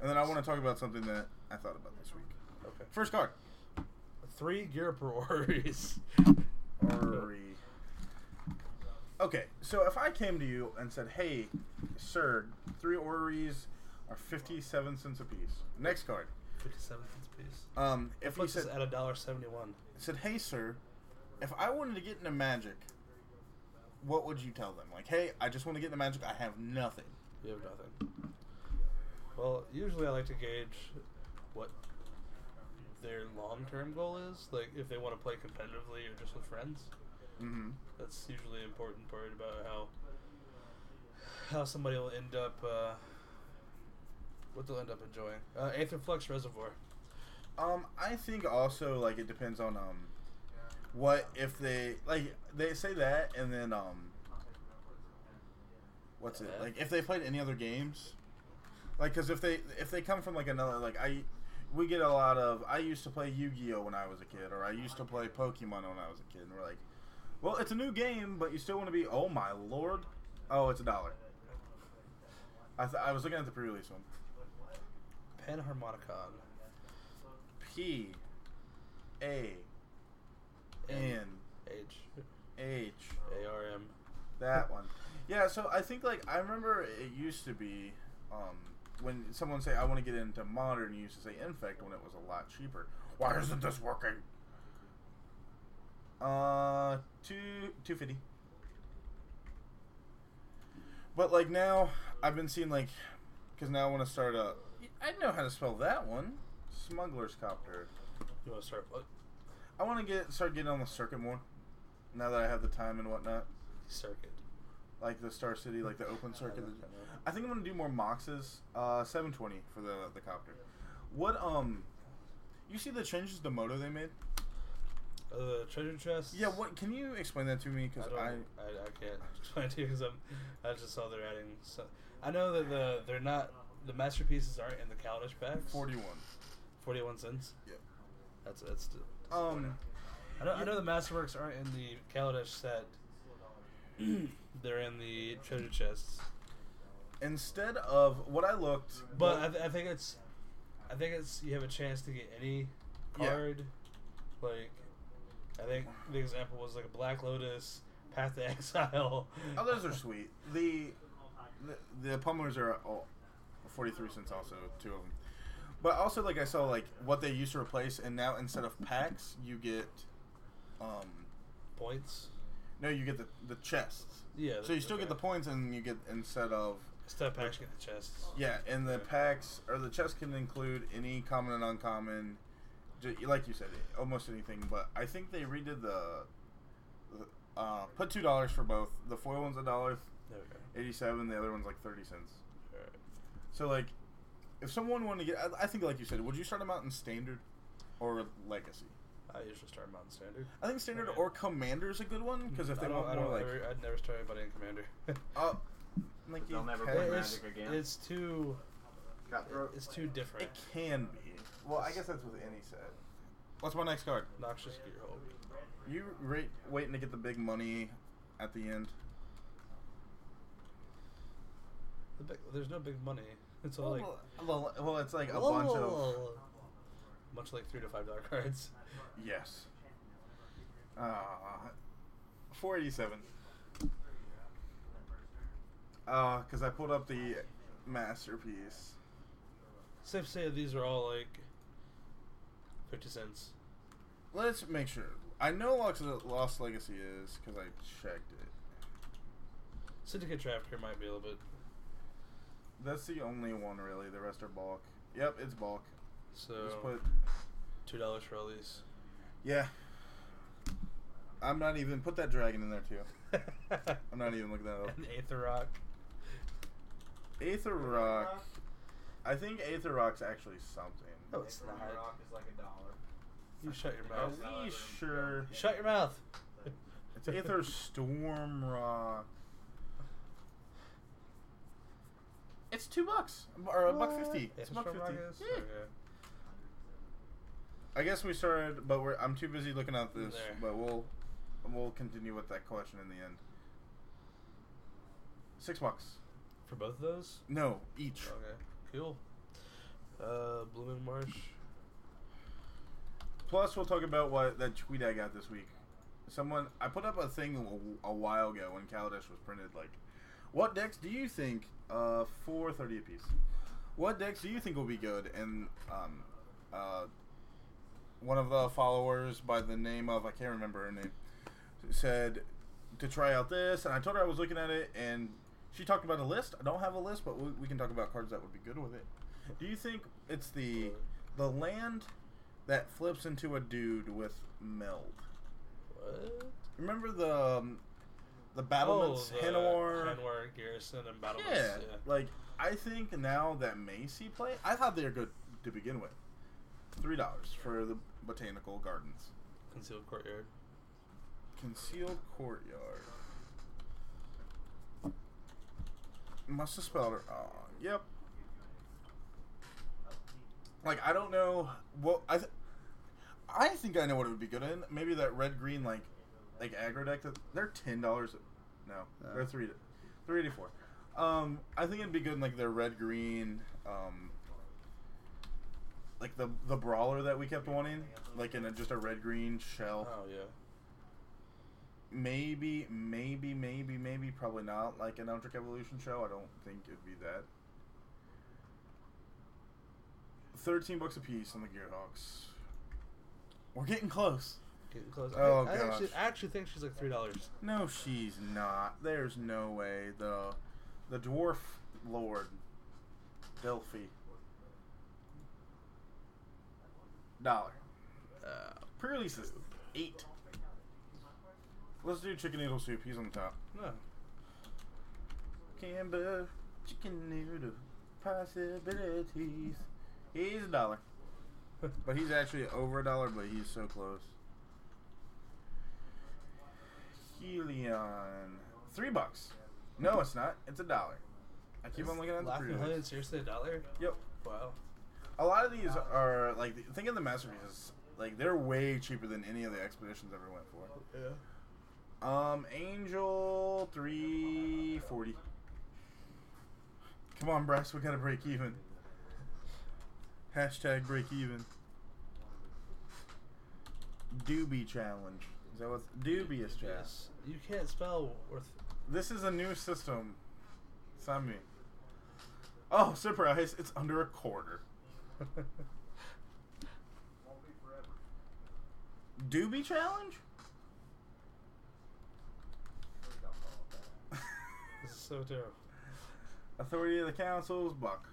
Speaker 3: And then I want to talk about something that I thought about this week.
Speaker 2: okay.
Speaker 3: First card.
Speaker 2: Three gear priorities.
Speaker 3: Ari. Okay, so if I came to you and said, "Hey, sir, three Oris are fifty-seven cents apiece." Next card.
Speaker 2: Fifty-seven cents a piece.
Speaker 3: Um, if you
Speaker 2: Puts us
Speaker 3: said,
Speaker 2: at a dollar seventy-one.
Speaker 3: said, "Hey, sir, if I wanted to get into Magic, what would you tell them? Like, hey, I just want to get into Magic. I have nothing."
Speaker 2: You have nothing. Well, usually I like to gauge what their long term goal is, like if they want to play competitively or just with friends.
Speaker 3: Mm-hmm.
Speaker 2: That's usually an important part about how how somebody will end up uh, what they'll end up enjoying. Uh, Aetherflux Reservoir.
Speaker 3: Um, I think also like it depends on um, what if they like they say that and then um, what's it like if they played any other games, like because if they if they come from like another like I we get a lot of I used to play Yu Gi Oh when I was a kid or I used to play Pokemon when I was a kid and we're like, well it's a new game but you still want to be oh my lord, oh it's a dollar. I th- I was looking at the pre-release one.
Speaker 2: Panharmonicon.
Speaker 3: P A N
Speaker 2: H
Speaker 3: H.
Speaker 2: A R M.
Speaker 3: That one. Yeah, so I think like I remember it used to be um, when someone say I want to get into modern, you used to say infect when it was a lot cheaper. Why isn't this working? Uh, two two fifty. But like now, I've been seeing like, because now I want to start a. I know how to spell that one. Smuggler's copter.
Speaker 2: You want to start what?
Speaker 3: I want to get start getting on the circuit more. Now that I have the time and whatnot,
Speaker 2: Circuit.
Speaker 3: like the Star City, like the open circuit. I think I'm gonna do more moxes. Uh, 720 for the the copter. What um, You see the changes to Moto they made?
Speaker 2: Uh, treasure chest.
Speaker 3: Yeah, what? Can you explain that to me?
Speaker 2: I
Speaker 3: Because
Speaker 2: don't. I,
Speaker 3: I,
Speaker 2: I can't explain to you because I'm. I just saw they're adding. So, I know that the they're not the masterpieces aren't in the Kaladesh packs.
Speaker 3: forty-one.
Speaker 2: 41 cents.
Speaker 3: Yep.
Speaker 2: That's that's. the-
Speaker 3: Um,
Speaker 2: I know, I know the masterworks aren't in the Kaladesh set. they're in the treasure chests.
Speaker 3: instead of what I looked,
Speaker 2: But I, th- I think it's, I think it's you have a chance to get any
Speaker 3: Yeah.
Speaker 2: card. Like, I think the example was like a Black Lotus, Path to Exile.
Speaker 3: oh, those are sweet. The the, the pummelers are oh, 43 cents also two of them. But also like I saw like what they used to replace, and now instead of packs, you get um
Speaker 2: points.
Speaker 3: no, you get the the chests.
Speaker 2: Yeah.
Speaker 3: So you still get
Speaker 2: okay.
Speaker 3: the points, and you get instead of
Speaker 2: Step packs you get the chests.
Speaker 3: yeah, and the packs or the chests can include any common and uncommon, ju- like you said, eh, almost anything. But I think they redid the, the uh, put two dollars for both. The foil one's a dollar
Speaker 2: There we
Speaker 3: eighty-seven. The other one's like thirty cents.
Speaker 2: go. Alright.
Speaker 3: So like, if someone wanted to get, I, I think like you said, would you start them out in standard or legacy?
Speaker 2: I usually start Mountain Standard.
Speaker 3: I think standard
Speaker 2: Okay. Mm,
Speaker 3: or commander is a good one because if
Speaker 2: I
Speaker 3: they
Speaker 2: don't,
Speaker 3: want
Speaker 2: I
Speaker 3: more
Speaker 2: don't
Speaker 3: like
Speaker 2: ever, I'd never start anybody in Commander.
Speaker 3: uh, like
Speaker 4: But they'll
Speaker 3: you
Speaker 4: never
Speaker 3: can-
Speaker 4: play
Speaker 2: It-
Speaker 4: Magic
Speaker 2: it's,
Speaker 4: again.
Speaker 2: it's too
Speaker 4: Cutthroat.
Speaker 2: it's too different.
Speaker 3: It can be. Well, I guess that's with any set. What's my next card?
Speaker 2: Noxious Gearhole.
Speaker 3: You rate, waiting to get the big money at the end.
Speaker 2: The big, there's no big money. It's all like
Speaker 3: well, well, it's like a bunch of
Speaker 2: much like three to five dollar cards.
Speaker 3: yes. Uh, four eighty seven. Uh, cause I pulled up the masterpiece.
Speaker 2: Safe to say these are all like fifty cents.
Speaker 3: Let's make sure. I know Lost, Lost Legacy is because I checked it.
Speaker 2: Syndicate Trafficker might be a little bit.
Speaker 3: That's the only one really. The rest are bulk. Yep, it's bulk.
Speaker 2: So
Speaker 3: Just put
Speaker 2: two dollars for all these.
Speaker 3: Yeah. I'm not even put that dragon in there too. I'm not even looking that up.
Speaker 2: An Aether Rock.
Speaker 3: Aether Rock. I think Aether Rock's actually something.
Speaker 2: No, it's not.
Speaker 4: rock is like a dollar.
Speaker 2: You shut your
Speaker 3: Are
Speaker 2: mouth.
Speaker 3: we sure?
Speaker 2: Shut your mouth.
Speaker 3: It's Aether Storm Rock. It's two bucks or a buck fifty. It's a buck
Speaker 2: Aether Rock
Speaker 3: fifty.
Speaker 2: is?
Speaker 3: Yeah.
Speaker 2: Okay.
Speaker 3: I guess we started, but we're, I'm too busy looking at this.
Speaker 2: There.
Speaker 3: But we'll we'll continue with that question in the end. Six bucks.
Speaker 2: For both of those?
Speaker 3: No, each.
Speaker 2: Okay. Cool. Uh, Blooming Marsh.
Speaker 3: Plus, we'll talk about what that tweet I got this week. Someone I put up a thing a, a while ago when Kaladesh was printed. Like, what decks do you think? Uh, four thirty apiece. What decks do you think will be good? And um, uh, one of the followers by the name of I can't remember her name said to try out this, and I told her I was looking at it, and she talked about a list. I don't have a list, but we, we can talk about cards that would be good with it. Do you think it's the the land that flips into a dude with meld?
Speaker 2: What? Oh,
Speaker 3: Remember the um, the battlements,
Speaker 2: the
Speaker 3: Hanawar?
Speaker 2: Hanwar, Garrison, and
Speaker 3: Yeah.
Speaker 2: Battlements. Yeah.
Speaker 3: like I think now that Macy play, I thought they were good to begin with. Three dollars for the botanical gardens,
Speaker 2: Concealed Courtyard.
Speaker 3: concealed courtyard. Must have spelled it wrong. Yep. Like I don't know what I. Th- I think I know what it would be good in. Maybe that red green like like aggro deck. That they're ten dollars. No, they're three three eighty four. Um, I think it'd be good in like their red green. Um, like the the brawler that we kept wanting, like in a, just a red green shell.
Speaker 2: Oh, yeah.
Speaker 3: Maybe, maybe, maybe, maybe, probably not. Like an Eldritch Evolution show, I don't think it'd be that. Thirteen bucks a piece on the Gearhawks. We're getting close.
Speaker 2: Getting close.
Speaker 3: Oh,
Speaker 2: I, I,
Speaker 3: gosh.
Speaker 2: actually, I actually think she's like $3.
Speaker 3: No, she's not. There's no way. The the dwarf lord, Delphi. Dollar.
Speaker 2: Uh,
Speaker 3: Pre-release is eight. Let's do chicken noodle soup. He's on the top.
Speaker 2: no.
Speaker 3: Kimber, chicken noodle possibilities. He's a dollar. But he's actually over a dollar, but he's so close. Helion. Three bucks. No, it's not. It's a dollar. I keep on looking at the
Speaker 2: Laugh and Honey
Speaker 3: previews.
Speaker 2: is seriously a dollar?
Speaker 3: Yep.
Speaker 2: Wow.
Speaker 3: A lot of these are, like, think of the masterpieces. Like, they're way cheaper than any of the expeditions ever went for.
Speaker 2: Yeah.
Speaker 3: Um, Angel, 340 Come on, Bryce. We gotta break even. Hashtag break even. Doobie challenge. Is that what's dubious challenge?
Speaker 2: Yes. You can't spell worth.
Speaker 3: This is a new system. Sami. Oh, surprise! It's under a quarter. Doobie challenge?
Speaker 2: This is so terrible.
Speaker 3: Authority of the councils, buck.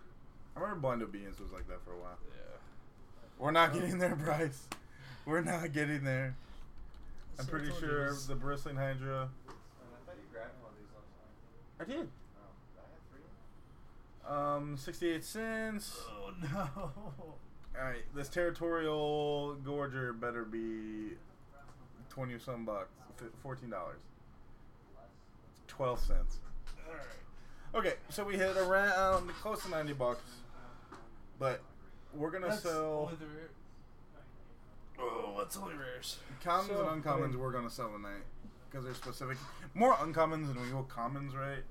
Speaker 3: I remember Blind Obedience was like that for a while.
Speaker 2: Yeah. Uh,
Speaker 3: We're not getting there, Bryce. We're not getting there. I'm
Speaker 2: So I
Speaker 3: pretty
Speaker 2: told you
Speaker 3: sure
Speaker 2: this-
Speaker 3: the bristling hydra.
Speaker 4: I thought you grabbed one of these last night.
Speaker 3: I did.
Speaker 4: Oh, I had three.
Speaker 3: Um, 68 cents.
Speaker 2: Oh no.
Speaker 3: All right, this territorial gorger better be twenty or some bucks, F- fourteen dollars, twelve cents.
Speaker 2: Alright.
Speaker 3: Okay, so we hit around close to ninety bucks, but we're gonna
Speaker 2: That's
Speaker 3: sell
Speaker 2: only the rare. Oh, that's only rares.
Speaker 3: commons
Speaker 2: So,
Speaker 3: and uncommons.
Speaker 2: I mean,
Speaker 3: We're gonna sell tonight because they're specific. More uncommons than we will commons, right?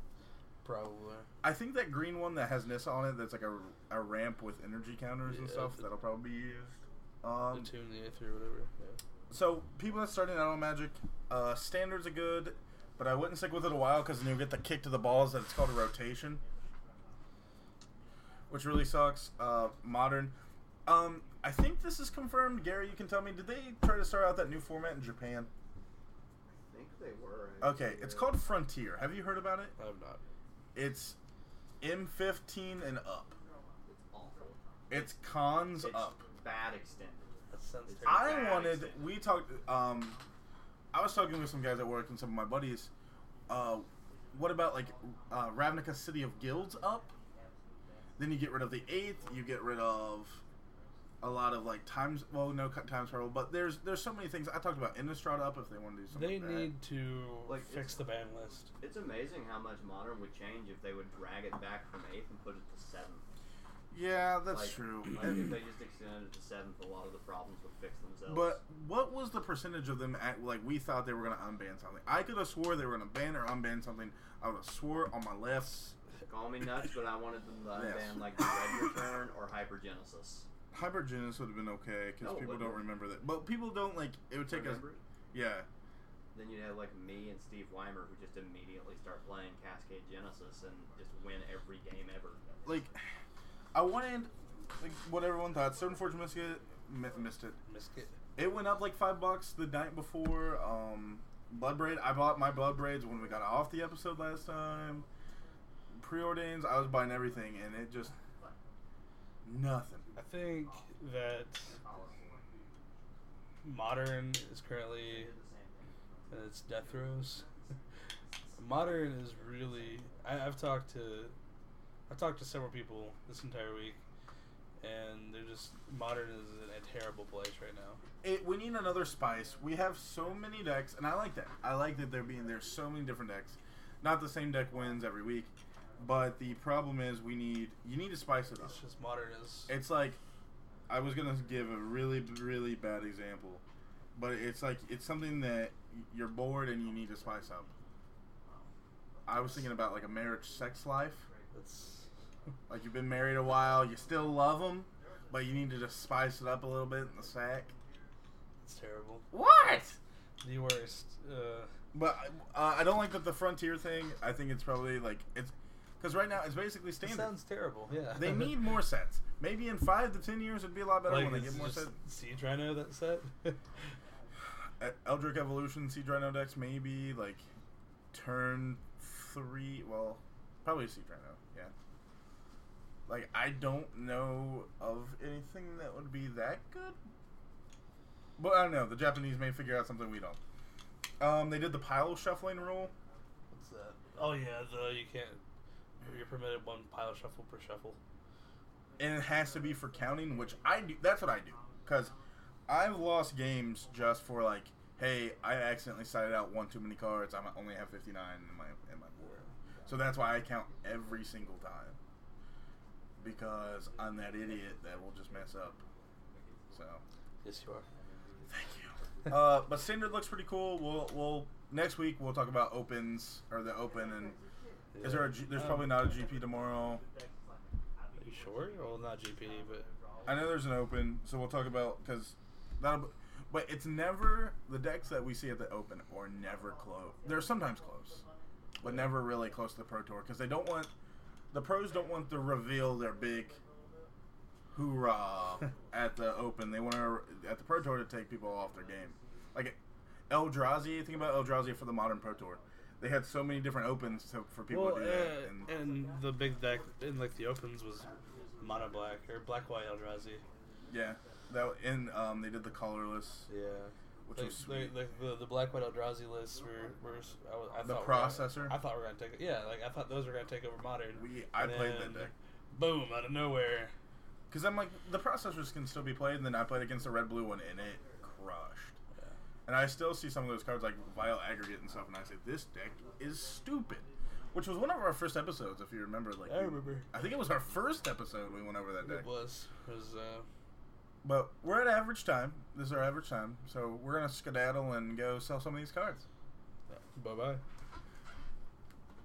Speaker 2: Probably.
Speaker 3: I think that green one that has Nissa on it, that's like a, a ramp with energy counters and
Speaker 2: Yeah,
Speaker 3: stuff.
Speaker 2: the-
Speaker 3: That'll probably be used.
Speaker 2: The
Speaker 3: Um,
Speaker 2: two and the eighth or whatever. Yeah.
Speaker 3: So people that started out on Magic, uh, standards are good, but I wouldn't stick with it a while because then you'll get the kick to the balls that it's called a rotation, which really sucks. Uh, modern, um, I think this is confirmed. Gary, you can tell me. Did they try to start out that new format in Japan?
Speaker 4: I think they were.
Speaker 3: Okay, it's called
Speaker 4: Fr-
Speaker 3: Frontier. Have you heard about it?
Speaker 2: I have not.
Speaker 3: It's M15 and up.
Speaker 4: it's awful.
Speaker 3: It's cons
Speaker 4: It's
Speaker 3: up.
Speaker 4: bad extended.
Speaker 2: That sounds
Speaker 4: It's-
Speaker 2: terrible.
Speaker 3: I
Speaker 4: Bad
Speaker 3: wanted.
Speaker 4: example.
Speaker 3: We talked. Um, I was talking with some guys at work and some of my buddies. Uh, what about like uh, Ravnica City of Guilds up? Then you get rid of the eighth. You get rid of a lot of like times. Well, no cut time travel, but there's there's so many things. I talked about Innistrad up if they want to do something.
Speaker 2: They
Speaker 3: like that.
Speaker 2: need to
Speaker 4: Like,
Speaker 2: fix
Speaker 4: it's-
Speaker 2: the ban list.
Speaker 4: It's amazing how much modern would change if they would drag it back from eighth and put it to seventh.
Speaker 3: Yeah, that's
Speaker 4: Like-
Speaker 3: true.
Speaker 4: Like if they just extended it to seventh, a lot of the problems would fix themselves.
Speaker 3: But what was the percentage of them at like we thought they were gonna unban something? I could have swore they were gonna ban or unban something. I would have swore on my left.
Speaker 4: call me nuts, but I wanted them to
Speaker 3: Yes.
Speaker 4: unban like the Red Return or Hypergenesis.
Speaker 3: Hypergenesis would have been okay because
Speaker 4: No, Oh, it
Speaker 3: people
Speaker 4: wouldn't.
Speaker 3: don't remember that. But people don't like it would take us.
Speaker 4: Remember it?
Speaker 3: Yeah,
Speaker 4: Then you'd have like me and Steve Weimer who just immediately start playing Cascade Genesis and just win every game ever.
Speaker 3: like I wanted like what everyone thought. Certain Forge missed it. mi- Missed it.
Speaker 2: Misket.
Speaker 3: It went up like five bucks the night before. Um, blood braid. I bought my blood braids when we got off the episode last time. Preordains. I was buying everything, and it just nothing.
Speaker 2: I think that modern is currently and it's death throes. modern is really. I, I've talked to, I've talked to several people this entire week, and they're just modern is in a terrible place right now.
Speaker 3: it, we need another spice. We have so many decks, and I like that. I like that there being there's so many different decks. Not the same deck wins every week, but the problem is we need you need to spice it up.
Speaker 2: It's just modern is.
Speaker 3: It's like I was gonna give a really really bad example, but it's like it's something that you're bored and you need to spice up. I was thinking about like a marriage sex life.
Speaker 2: It's.
Speaker 3: Like you've been married a while, you still love them, but you need to just spice it up a little bit in the sack.
Speaker 2: It's terrible.
Speaker 3: What?
Speaker 2: The worst. Uh,
Speaker 3: But uh, I don't like that the frontier thing. I think it's probably like it's because right now it's basically
Speaker 2: it
Speaker 3: standard.
Speaker 2: sounds terrible. Yeah.
Speaker 3: they need more sets. Maybe in five to ten years it'd be a lot better
Speaker 2: Like,
Speaker 3: when they
Speaker 2: it's
Speaker 3: get more
Speaker 2: just
Speaker 3: sets.
Speaker 2: Siege Rhino that set.
Speaker 3: Uh, Eldric Evolution, Seed Rhino decks maybe like turn three. Well, probably Seed Rhino. Yeah. Like I don't know of anything that would be that good. But I don't know. The Japanese may figure out something we don't. Um, they did the pile shuffling rule.
Speaker 2: What's that? Oh yeah, the you can't. You're permitted one pile shuffle per shuffle.
Speaker 3: and it has to be for counting, which I do. That's what I do because I've lost games just for like, hey, I accidentally sided out one too many cards. I only have fifty nine in my in my board, so that's why I count every single time because I'm that idiot that will just mess up. So
Speaker 2: Yes, you are.
Speaker 3: thank you. uh, but standard looks pretty cool. We'll we'll next week we'll talk about opens or the open and is there a G, there's
Speaker 2: Um,
Speaker 3: probably not a GP tomorrow.
Speaker 2: Are you sure? Well, not GP, but
Speaker 3: I know there's an open, so we'll talk about because that'll. But it's never the decks that we see at the open or never close. They're sometimes close, but never really close to the pro tour because they don't want the pros don't want to reveal their big hoorah at the open. They want to at the pro tour to take people off their game. Like Eldrazi, think about Eldrazi for the modern pro tour. They had so many different opens to, for people
Speaker 2: well,
Speaker 3: to do that.
Speaker 2: uh, and the big deck in like the opens was mono black or black white Eldrazi.
Speaker 3: yeah, that and um, they did the colorless,
Speaker 2: Yeah.
Speaker 3: which
Speaker 2: Like,
Speaker 3: was
Speaker 2: like,
Speaker 3: sweet.
Speaker 2: like the the black white Eldrazi lists were were s- I, was- I
Speaker 3: The
Speaker 2: thought we're gonna-
Speaker 3: processor?
Speaker 2: I thought we were gonna take yeah like I thought those were gonna take over modern.
Speaker 3: We I
Speaker 2: And
Speaker 3: played
Speaker 2: then,
Speaker 3: that deck
Speaker 2: Boom out of nowhere.
Speaker 3: because I'm like the processors can still be played, and then I played against the red blue one, and it crushed. And I still see some of those cards like Vile Aggregate and stuff, and I say this deck is stupid, which was one of our first episodes, if you remember. Like
Speaker 2: I
Speaker 3: we-
Speaker 2: remember.
Speaker 3: I think it was our first episode we went over that deck.
Speaker 2: It was it was uh
Speaker 3: But we're at average time. This is our average time, so we're gonna skedaddle and go sell some of these cards.
Speaker 2: bye bye.